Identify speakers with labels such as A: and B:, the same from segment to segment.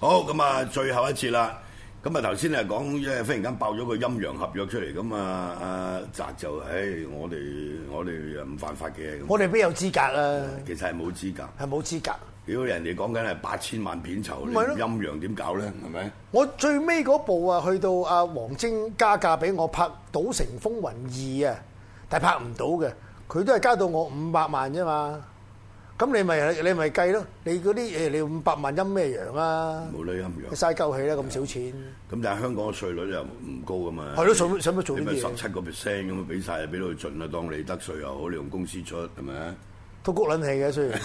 A: 好咁啊，最後一次啦。咁啊，頭先啊講，即係忽然間爆咗個陰陽合約出嚟，咁啊，阿澤就唉，我哋我哋呃唔犯法嘅，咁
B: 我哋邊有資格啊？
A: 其實係冇資格。
B: 係冇資格。
A: 屌人哋講緊係八千萬片酬，你
B: 咪咯
A: 陰陽點搞咧？係咪？
B: 我最尾嗰部啊，去到阿王晶加價俾我拍《賭城風雲二》啊，但係拍唔到嘅，佢都係加到我五百萬啫嘛。咁你咪你咪計咯，你嗰啲誒你五百萬陰咩陽啊？
A: 冇呢陰
B: 你
A: 陽。
B: 嘥鳩氣啦，咁少錢。
A: 咁但係香港嘅稅率又唔高噶嘛。
B: 係咯想想乜做
A: 你
B: 呢啲
A: 咪
B: 嘢
A: 十七個 percent 咁啊，俾晒俾到佢盡啦，當你得稅又好，你用公司出係咪？
B: 都谷撚氣嘅，雖然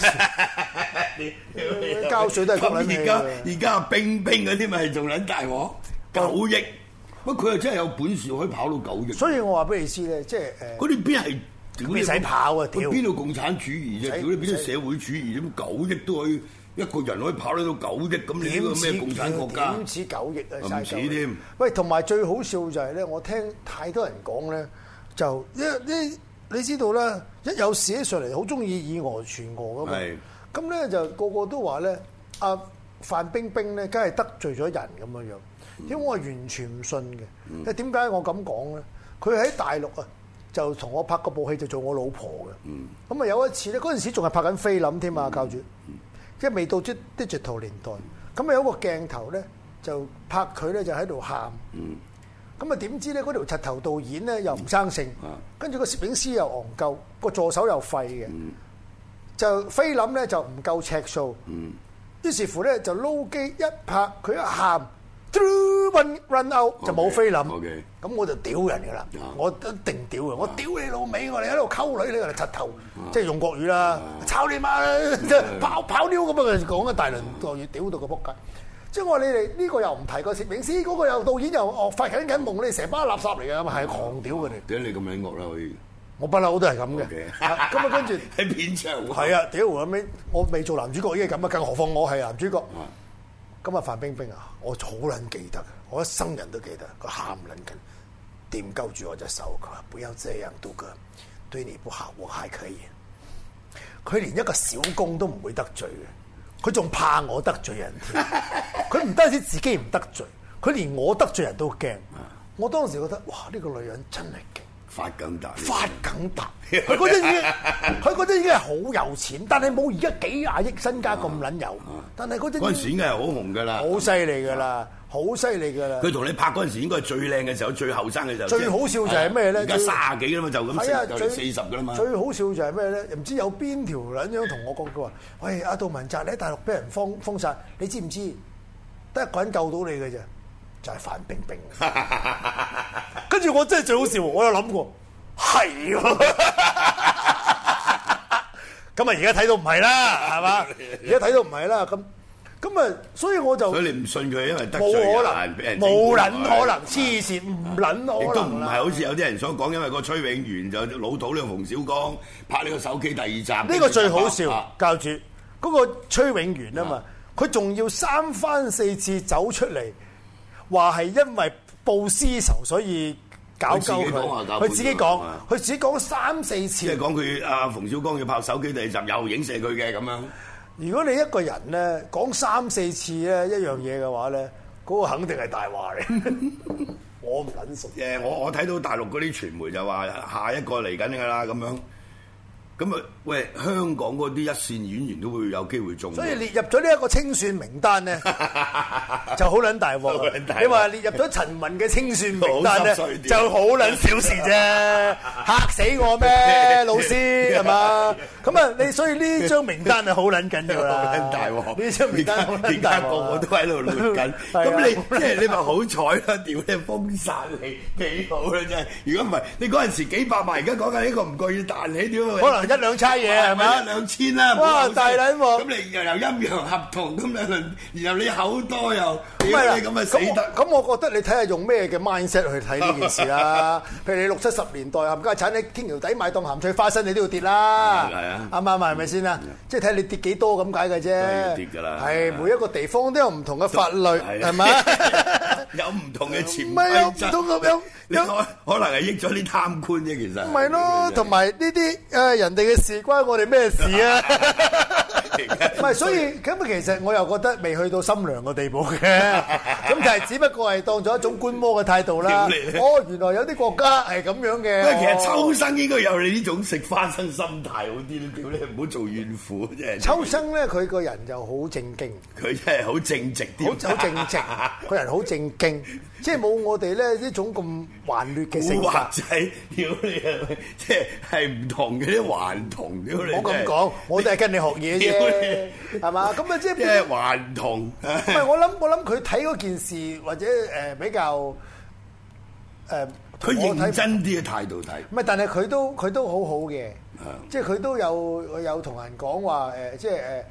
B: 交税都係
A: 咁
B: 谷撚氣啊
A: 而
B: 哦㗎
A: 家而家阿冰冰嗰啲咪仲撚大鑊九億，乜佢又真係有本事可以跑到九億。
B: 所以我話俾你知咧，即係誒。
A: 嗰啲邊係屌
B: 咁你使跑啊屌
A: 佢邊度共產主義啫？屌
B: 使
A: 你邊度社會主義？點九億都可以一個人可以跑得到九億？咁你呢個咩共產國家？
B: 點似九億啊！
A: 唔
B: 嘥
A: 似
B: 鳩
A: 添
B: 喂，同埋最好笑就係咧，我聽太多人講咧，就因你你知道啦，一有事起上嚟，好中意以訛傳訛噶嘛
A: 係。
B: 咁咧就個個都話咧，阿范冰冰咧，梗係得罪咗人咁樣樣。因為我係完全唔信嘅，
A: 嗯
B: 因為點解我咁講咧？佢喺大陸啊，就同我拍過部戲，就做我老婆嘅。
A: 嗯
B: 咁啊有一次咧，嗰陣時仲係拍緊菲林添啊，教主。
A: 嗯
B: 即係未到即 digital 年代。咁有一個鏡頭咧，就拍佢咧就喺度喊。咁啊點知咧嗰條柒頭導演咧又唔生性
A: 啊，
B: 跟住個攝影師又戇鳩，個助手又廢嘅，就菲林咧就唔夠尺數。於是乎咧就撈機一拍，佢一喊。run run out 就冇菲林，
A: OK，OK
B: 咁我就屌人噶啦
A: 啊，
B: 我一定屌嘅，我屌你老味，我哋喺度溝女，你嚟柒頭，即係用國語啦，炒你媽啦，即係跑跑撩咁啊！講一大輪國語，屌到個撲街。即係我話你哋呢個又唔提個攝影師，嗰個又導演又惡發緊緊夢，你哋成班垃圾嚟嘅，咁啊係狂屌佢哋。
A: 點解你咁撚惡啦？可以
B: 我不嬲都係咁嘅
A: OK。
B: 啊咁啊，跟住
A: 喺片場
B: 係啊，屌咁樣，我未做男主角已經係咁啊，更何況我係男主角。咁啊，范冰冰啊，我好撚記得，我一生人都記得，佢喊撚緊，掂鳩住我隻手，佢話不要這樣杜哥，對你不好，我還可以。佢連一個小工都唔會得罪嘅，佢仲怕我得罪人添。佢唔單止自己唔得罪，佢連我得罪人都驚。我當時覺得，哇！呢、個女人真係勁。
A: 發緊大，
B: 發緊 達，佢嗰陣已經，佢嗰陣已經係好有錢，但係冇而家幾廿億身家咁撚有。但啊係嗰陣
A: 嗰
B: 已
A: 陣時
B: 經
A: 應該係好紅㗎啦。
B: 好犀利㗎啦，好犀利㗎啦。
A: 佢同你拍嗰陣時應該係最靚嘅時候，最後生嘅時候。
B: 最好笑就係咩咧
A: 而家
B: 最
A: 卅幾啦嘛，就咁
B: 係啊，
A: 四就
B: 最
A: 嚟四十㗎啦嘛。
B: 最好笑就係咩咧？唔知有邊條撚樣同我講佢話：，喂，阿杜文澤你喺大陸俾人封封殺，你知唔知？得一個人救到你嘅啫，就係、范冰 冰。跟住我真係最好笑喎，我有諗過，係喎。 咁啊，而家睇到唔係啦，係嘛？而家睇到唔係啦，咁咁啊，所以我就
A: 所以你唔信佢，因為得罪
B: 冇可
A: 人俾人
B: 能，
A: 整
B: 冇
A: 蠱
B: 撚
A: 佢
B: 可能，啊黐線，唔撚
A: 亦
B: 可
A: 都唔
B: 能
A: 係
B: 啦。
A: 好似有啲人所講，因為個崔永元就老土呢個馮小剛拍呢個手機第二集，
B: 呢個最好
A: 啊
B: 笑，教主嗰、個崔永元啊嘛，佢仲要三番四次走出嚟話係因為報私仇所以搞鳩
A: 佢自己講話
B: 佢，
A: 搞
B: 佢自己講
A: 啊，
B: 佢自己講三四
A: 即係
B: 次。
A: 講佢阿馮小剛要拍手機第二集，又影射佢嘅咁樣。
B: 如果你一個人咧講三四次咧一樣嘢嘅話咧，嗰、個肯定係大話嚟。 我唔撚熟，
A: 誒，我我睇到大陸嗰啲傳媒就話下一個嚟緊㗎啦咁樣。咁啊，喂，香港嗰啲一線演員都會有機會中喎。
B: 所以列入咗呢一個清算名 單咧，就好撚大
A: 好撚大
B: 鑊。啊
A: 鑊
B: 你話列入咗陳雲嘅清算名單咧
A: 好濕碎，啲
B: 就好撚小事 啫，嚇死我咩，老師係嘛？咁啊，你所以呢張名單係好撚緊要啦，
A: 好撚大鑊！
B: 呢張名單好
A: 而
B: 撚大
A: 家
B: 鑊，，
A: 個個都喺度攣緊
B: 係啊
A: 咁你即係你咪好彩啦！屌你封殺你幾好啦真係！如果唔係你嗰陣時幾百萬，而家講緊呢個唔覺意彈起，屌
B: 可能一兩差嘢係咪
A: 一兩千啦！
B: 哇
A: 唔好意思
B: 大撚鑊
A: 咁你又有陰陽合同咁兩輪，然後你口多又，
B: 咁咪啦
A: 屌你咁咪死得！
B: 咁我咁我覺得你睇下用咩嘅 mindset 去睇呢件事 啦。譬如你六七十年代冚家產，你天橋底買檔鹹脆花生，你都要跌啦。
A: 係啊
B: 啱唔啱啊？係咪先啊？即係睇你跌幾多咁解嘅啫。
A: 係要跌㗎啦
B: 係每一個地方都有唔同嘅法律，
A: 係啊
B: 係咪？
A: 有唔同嘅潛
B: 唔係有唔
A: 規則
B: 同咁樣
A: 你
B: 有
A: 可可能係益咗啲貪官啫，其實
B: 咪咯，同埋呢啲誒人哋嘅事關我哋咩事啊？
A: 而家
B: 唔係，所以咁其實我又覺得未去到心涼嘅地步 嘅，咁就係只不過係當咗一種觀摩嘅態度啦
A: 屌你。
B: 哦，原來有啲國家係咁樣嘅。
A: 因為其
B: 哦
A: 實秋生應該有你呢種食花生心態好啲啦，屌你唔好做怨婦啫。
B: 秋生咧，佢個人就好正經，
A: 佢真係好正直
B: 好
A: 啲，
B: 好正 直，個人好正經，即係冇我哋咧呢種咁頑劣嘅性
A: 古
B: 格。
A: 惑仔，屌你啊！即係係唔同嘅啲還同，屌你！
B: 唔好咁講，我都係跟你學嘢
A: 屌
B: 啫，係嘛？咁啊， 即係
A: 即係還同。
B: 唔係我諗，我諗佢睇嗰件事或者誒、呃比較誒，呃
A: 佢
B: 同我睇
A: 認真啲嘅態度睇，
B: 唔係，但係佢都佢都好好嘅
A: 啊，
B: 即係佢都有有同人講話誒，即係誒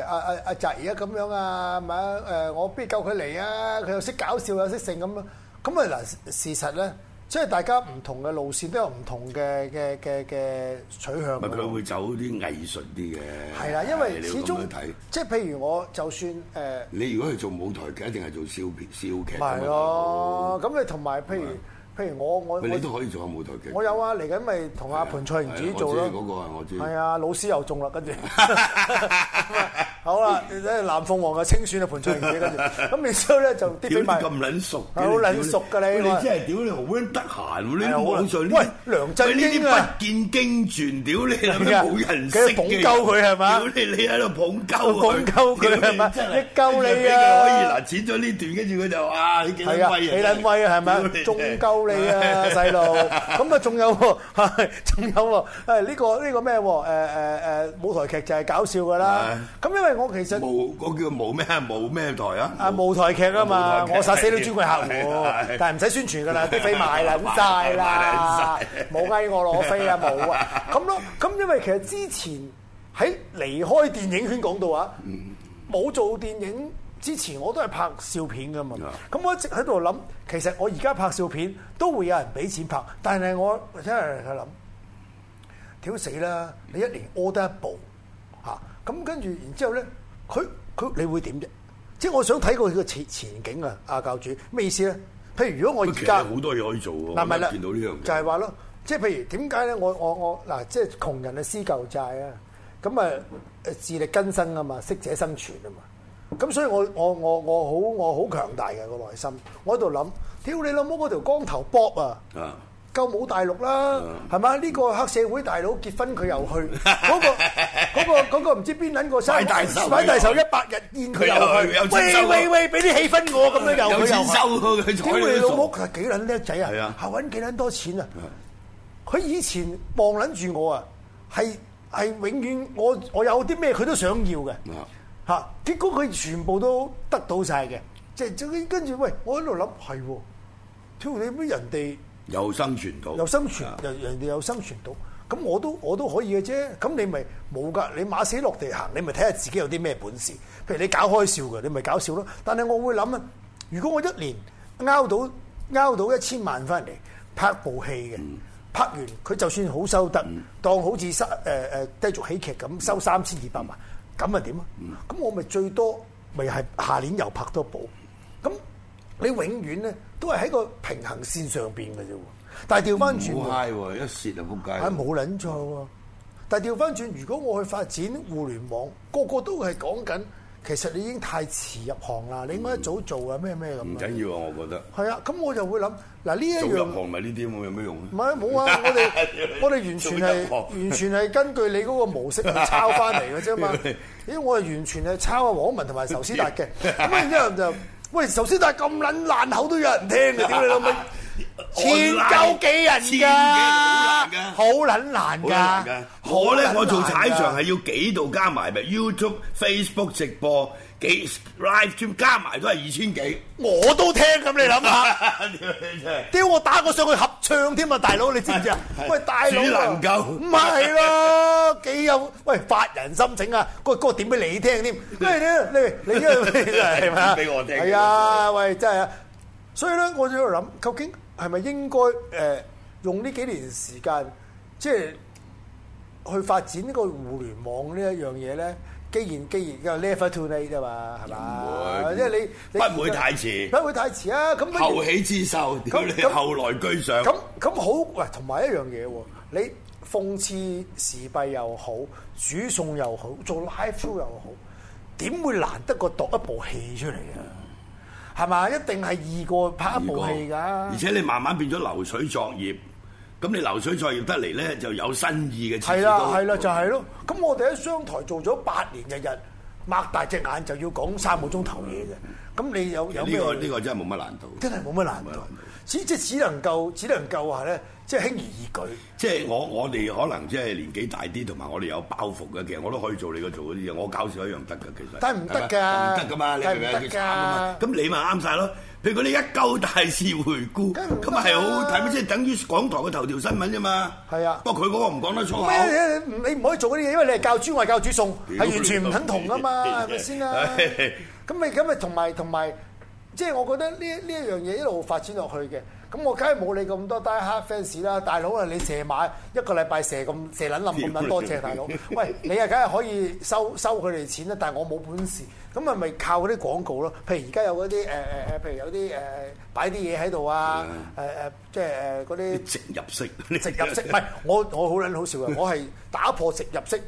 B: 誒阿阿阿澤而家咁樣啊，咪啊誒我必救佢嚟啊！佢又識搞笑又識性咁樣，咁啊嗱事實咧，即係大家唔同嘅路線都有唔同嘅嘅嘅嘅取向
A: 咪
B: 㗎
A: 佢
B: 喎。
A: 會走啲藝術啲嘅。
B: 係啦，因為
A: 你
B: 始
A: 要咁
B: 終
A: 樣睇。
B: 即係譬如我就算誒。呃
A: 你如果去做舞台劇，一定係做笑片、笑劇㗎嘛。
B: 咪係咯，咁你同埋譬如譬如我我
A: 喂，你都
B: 我
A: 可以做下舞台劇。
B: 我有啊，嚟緊咪同阿盤翠
A: 係啊
B: 賢自己做咯
A: 我知。嗰個係我知。
B: 係啊，老師又中 啦，跟住好啦，即係南鳳凰嘅清選啊，盤翠賢自己 跟住，咁然之後咧就 啲
A: 屌
B: 飛
A: 你
B: 埋
A: 咁撚熟嘅，
B: 係好撚熟㗎你
A: 喂
B: 我
A: 你真係屌你好撚得閒喎！
B: 係
A: 你
B: 啊
A: 網上呢
B: 喂梁振英啊
A: 喂呢啲不見經傳，屌你係
B: 係啊
A: 咪冇人識
B: 佢
A: 嘅？
B: 捧鳩佢係嘛
A: 屌你你喺度捧鳩佢，
B: 捧鳩佢係嘛
A: 屌你真係
B: 益鳩你
A: 俾
B: 啊
A: 佢可以嗱剪咗呢段，跟住佢就哇你幾
B: 係
A: 撚
B: 啊，
A: 威
B: 你
A: 啊！
B: 撚威啊，係咪
A: 屌你
B: 中鳩你 啊，細路！咁啊，仲有喎，係仲有喎，誒呢個呢個咩喎？誒誒誒舞台劇就係搞笑㗎啦。咁因為我其實
A: 冇嗰叫冇咩啊冇咩台啊？
B: 啊舞台劇啊嘛，
A: 舞台劇
B: 我殺死你專櫃客
A: 係
B: 戶，但係唔使宣傳噶啦，啲飛賣啦，咁晒 啦
A: 賣啦，
B: 冇嗌我攞飛啊，冇啊，咁咯，咁因為其實之前喺離開電影圈講到啊，
A: 嗯
B: 冇做電影之前我都係拍笑片噶
A: 啊
B: 嘛，咁我一直喺度諗，其實我而家拍笑片都會有人俾錢拍，但係我真係喺度諗。屌死啦！你一年屙得一步嚇，咁、跟住然之後咧，佢佢你會點啫？即係我想睇過佢個前前景啊！阿教主咩意思咧？譬如如果我而
A: 啊其
B: 家
A: 實好多嘢可以做喎。
B: 嗱咪啦，
A: 見到呢樣嘢
B: 就係話咯，即係譬如點解咧？我我我嗱，即係窮人嘅施舊債啊，咁啊誒自力更生啊嘛，適者生存啊嘛，咁所以我我我我好我好強大嘅個內心，我喺度諗，屌你老母嗰條光頭膊啊！
A: 啊。
B: 夠冇大陸啦，
A: 嗯
B: 係嘛？呢個黑社會大佬結婚佢又 去，嗰個嗰個嗰個唔知邊撚個
A: 擺大壽
B: 擺大壽一百日宴佢
A: 佢又
B: 又
A: 去有
B: 去，
A: 錢收啊嗯
B: 喂喂喂，俾啲氣氛我咁樣又
A: 有
B: 佢
A: 錢
B: 又去，
A: 收佢，佢
B: 屌
A: 睬
B: 你
A: 你
B: 老
A: 都
B: 母
A: 傻。
B: 佢幾撚叻仔
A: 係
B: 啊
A: 啊！嗯
B: 係揾幾撚多錢啊！佢以前望撚住我啊，係係永遠我我有啲咩佢都想要嘅。
A: 啊
B: 嚇！結果佢全部都得到晒嘅，即係即係跟住喂，我喺度諗係喎，屌你乜人哋
A: 有生存到，
B: 有生存，人人哋有生存到，咁我都我都可以嘅啫。咁你咪冇㗎，你馬死落地行，你咪睇下自己有啲咩本事。譬如你搞開笑嘅，你咪搞笑咯。但係我會諗啊，如果我一年拗到拗到一千萬翻嚟拍部戲嘅，拍完佢就算好收得，當好似收誒誒低俗喜劇咁收三千二百萬，咁啊點啊？咁我咪最多咪係下年又拍多部，咁。你永遠咧都係喺個平衡線上邊嘅啫喎。但係調翻轉
A: 好
B: 喎，
A: 嗨喎，一蝕就仆街。
B: 係冇撚錯喎。但係調翻轉，如果我去發展互聯網，個個都係講緊，其實你已經太遲入行啦，你應該一早做啊咩咩
A: 唔
B: 咁啊。
A: 緊要啊，我覺得。
B: 係啊，咁我就會諗嗱呢一
A: 做入
B: 樣。
A: 行咪呢啲咁有咩用
B: 唔
A: 咧？
B: 係冇啊！我哋我哋完全
A: 做
B: 係
A: 得薄
B: 完全係根據你嗰個模式去抄翻嚟嘅啫嘛。因為我係完全係抄阿黃文同埋壽司達嘅。咁然之後就喂壽司達咁撚爛口都有人聽嘅，屌你老味！千鳩幾
A: 千幾
B: 人㗎
A: 好難㗎，
B: 好撚難
A: 好難
B: 㗎
A: 㗎。。我咧
B: 好撚難㗎
A: 我做踩場係要幾度加埋，咪 YouTube、Facebook 直播幾 live stream 加埋都係二千幾。
B: 我都聽咁，你諗下。
A: 屌你真係！
B: 屌我打過上去合唱添啊，大佬你知唔知啊？
A: 係
B: 喂，大佬啊
A: 只能夠
B: 唔係咯，幾有喂發人心情啊！嗰嗰個點俾你聽添，喂 你你你真係係嘛？
A: 俾我聽
B: 係啊，喂真係啊！所以咧，我就喺度諗，究竟係咪應該誒、呃用呢幾年時間，即係去發展呢個互聯網呢一樣嘢咧？既然既然嘅 never too late 啊嘛，係嘛？
A: 唔會
B: 即係你你
A: 不會太遲
B: 不會太遲啊！咁不如
A: 後起之秀，屌你
B: 咁
A: 後來居上。
B: 咁咁好，喂，同埋一樣嘢喎，你諷刺時弊又好，煮餸又好，做 live show 又好，點會難得過度一部戲出嚟啊？係嘛？一定係易過拍一部戲㗎。
A: 而且你慢慢變咗流水作業，咁你流水作業得嚟咧就有新意嘅。
B: 係啦，係啦，就係咯。咁我哋喺商台做咗八年，日日擘大隻眼就要講三個鐘頭嘢嘅。咁你有有
A: 呢、
B: 咩？
A: 個呢、個真係冇乜難度。
B: 真係冇乜難
A: 冇乜
B: 度
A: 難度，
B: 只即係只能夠只能夠話咧，即係輕而易舉。
A: 即係我我哋可能即係年紀大啲，同埋我哋有包袱嘅，其實我都可以做你個做嗰啲嘢，我搞笑一樣得㗎，其實。
B: 但係唔得㗎
A: 係咪唔得㗎嘛，你明唔明啊？
B: 但係唔
A: 佢慘
B: 得㗎
A: 㗎嘛，咁你咪啱晒咯。譬如嗰啲一鳩大事回顧，
B: 梗係唔得
A: 咁
B: 啦
A: 咪係好好睇，即係等於港台嘅頭條新聞啫嘛。
B: 係啊
A: 不過佢嗰個唔講得粗口。
B: 咩？你你唔可以做嗰啲嘢，因為你係教豬，我係教煮餸，係
A: 屌
B: 完全唔肯同噶嘛，
A: 你
B: 係 咪先啦
A: 係？
B: 咁咪咁咪同埋同埋，即係我覺得呢呢一樣嘢一路發展落去嘅。咁我梗係冇你咁多 die hard fans 啦，大佬啊！你射馬一個禮拜射咁射撚冧咁撚多隻，大佬。喂，你啊梗係可以收收佢哋錢啦，但係我冇本事，咁咪咪靠嗰啲廣告咯。譬如而家有嗰啲誒誒誒，譬如有啲誒擺啲嘢喺度啊，誒誒即係誒嗰啲。
A: 植入式，
B: 植入式，唔係我我好撚好笑啊嘅，我係打破植入式，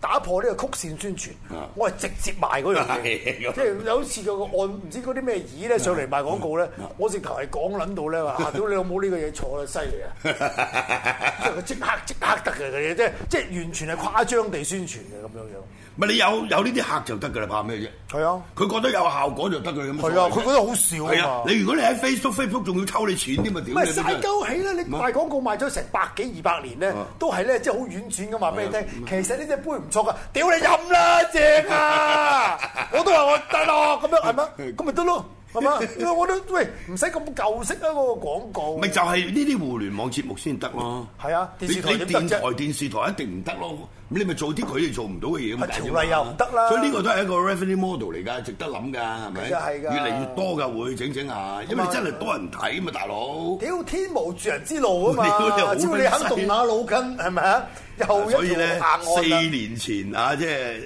B: 打破呢個曲線宣傳
A: 啊，
B: 我係直接賣嗰樣嘢，
A: 係咁啊
B: 即係有次有個按唔知嗰啲咩椅咧上嚟賣廣告咧，
A: 嗯
B: 我直頭係講撚到 咧話，啊屌你老母呢個嘢錯啦，犀利啊！即係佢即刻即刻得嘅嘅嘢，即係即係完全係誇張地宣傳嘅咁樣
A: 咪你有有呢啲客就得㗎啦，怕咩啫？
B: 樣。係啊，
A: 佢覺得有效果就得佢咁。
B: 係啊，佢覺得好笑
A: 係啊
B: 啊！嘛。
A: 你如果你喺 Facebook Facebook 仲要抽你錢添啊，
B: 唔
A: 屌
B: 係
A: 你都真係
B: 曬鳩起啦！你賣廣告賣咗成百幾二百年咧
A: 啊，
B: 都係咧，即係好婉轉咁話俾你聽。其實呢只杯唔錯噶，屌你飲啦，正啊！我都話我得咯，咁樣係咪？咁咪得咯，係咪？因為我都喂唔使咁舊式啊嗰個廣告。
A: 咪就係呢啲互聯網節目先得咯。
B: 係啊
A: 你
B: 電視台
A: 你
B: 點得
A: 電
B: 啫
A: 台電視台一定唔得咯。咁你咪做啲佢哋做唔到嘅嘢咁解啫嘛
B: 條例又唔得啦
A: 所以呢個都係一個 revenue model 嚟㗎，值得諗㗎，係咪？
B: 其實係㗎
A: 越嚟越多㗎會整整下，因為真係多人睇嘛，大佬。
B: 屌天無絕人之路啊嘛！
A: 屌你好
B: 只要你肯
A: 撚
B: 動
A: 細
B: 下腦筋，係咪啊？又
A: 所
B: 一
A: 以
B: 條
A: 咧
B: 硬，
A: 四
B: 案啦。
A: 年前啊，即係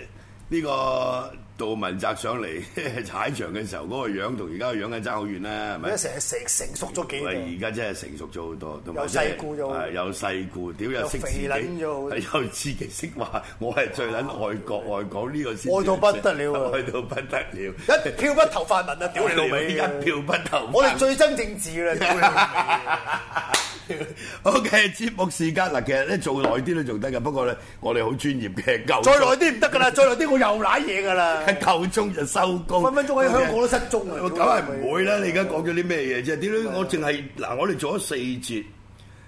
A: 呢個杜文澤上嚟 踩場嘅時候，嗰個樣同而家個樣梗係爭好遠啦，係
B: 而家
A: 咪？
B: 成日成成熟咗幾
A: 喂，
B: 年，
A: 而家真係成熟咗好多，同
B: 又
A: 埋
B: 世故咗好多
A: 係有世故，屌又識自己，
B: 又肥撚咗好多
A: 係 又自己識話，我係最撚愛 國愛港呢個先，
B: 愛到不得了啊
A: 愛到不得了，
B: 一票不投泛民啊！ 屌你老 味，
A: 一票不投。
B: 我哋最憎政治啦，屌你老味。
A: OK，節目時間嗱，其實咧做耐啲都仲得嘅，不過咧我哋好專業嘅，夠
B: 再耐啲唔得 噶啦，再耐啲我又攋嘢噶啦。
A: 夠鐘 就收工，
B: 分分鐘喺香港都失蹤啊！
A: 我梗係唔會啦！你而家講咗啲咩嘢啫？屌你！我淨係嗱，我哋做咗四節，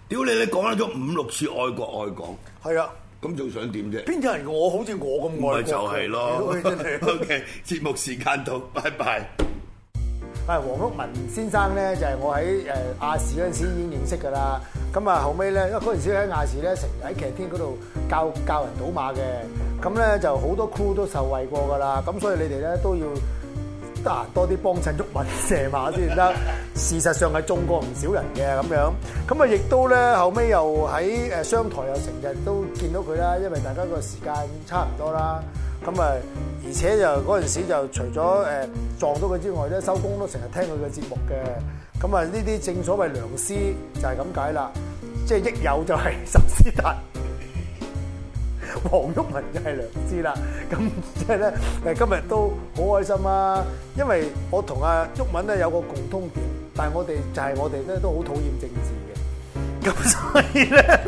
A: 屌你！你講咗五六次愛國愛港，
B: 係啊，
A: 咁仲想點啫？
B: 邊有人我好似我咁愛國
A: 咪就係咯
B: 真 係。
A: ，OK，節目時間到，拜拜。
B: 啊，黃毓民先生咧就係、我喺誒、呃、亞視嗰陣時已經認識㗎啦。咁啊後尾咧，因為嗰陣時喺亞視咧成日喺劇天嗰度教教人賭馬嘅，咁咧就好多 crew 都受惠過㗎啦。咁所以你哋咧都要 得閒多啲幫襯毓民射馬先得。事實上係中過唔少人嘅咁樣。咁啊亦都咧後尾又喺誒商台又成日都見到佢啦，因為大家個時間差唔多啦。咁啊，而且就嗰陣時就除咗誒、呃撞到佢之外咧，收工都成日聽佢嘅節目嘅。咁啊，呢啲正所謂良師就係咁解啦，即係益友就係十師達。黃毓民就係良知啦。咁即係咧，誒今日都好開心啊！因為我同阿毓民咧有個共通點，但係我哋就係我哋咧都好討厭政治嘅，咁所以咧。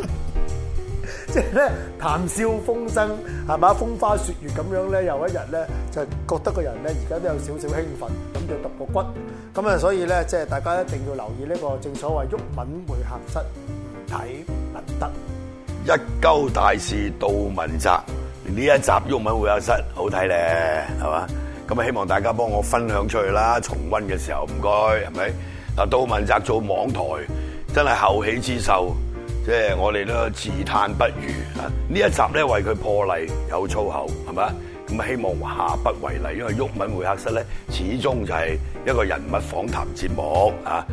B: 即係咧談笑風生係嘛，風花雪月咁樣咧，有一日咧就覺得個人咧而家都有少少興奮，咁就揼個骨。咁啊，所以咧即係大家一定要留意呢個正所謂鬱敏會客室，唔睇能得。
A: 一鳩大事杜汶澤，呢一集鬱文會有室好睇咧，係嘛？咁啊，希望大家幫我分享出去啦，重温嘅時候唔該，係咪？嗱，杜汶澤做網台真係後起之秀，即係我哋都自嘆不如啊！呢一集咧為佢破例有粗口，係咪？咁啊，希望下不為例，因為鬱文會客室咧始終就係一個人物訪談節目啊！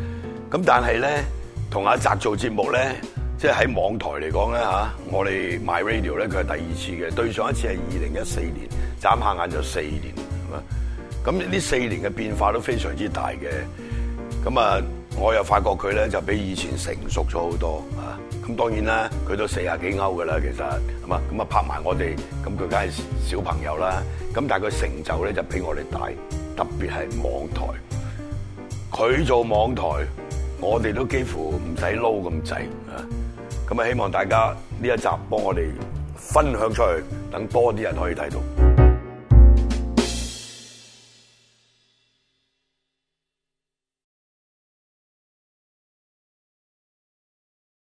A: 咁但係咧，同阿澤做節目咧，即係喺網台嚟講咧嚇，我哋 My Radio 咧佢係第二次嘅，對上一次係二零一四年，眨下眼就四年，係嘛？咁呢四年嘅變化都非常之大嘅。咁啊，我又發覺佢咧就比以前成熟咗好多啊！咁當然啦，佢都四廿幾歐噶啦，其實係嘛？咁啊拍埋我哋，咁佢梗係小朋友啦。咁但係佢成就咧就比我哋大，特別係網台。佢做網台，我哋都幾乎唔使撈咁滯啊！咁啊，希望大家呢一集幫我哋分享出去，等多啲人可以睇到。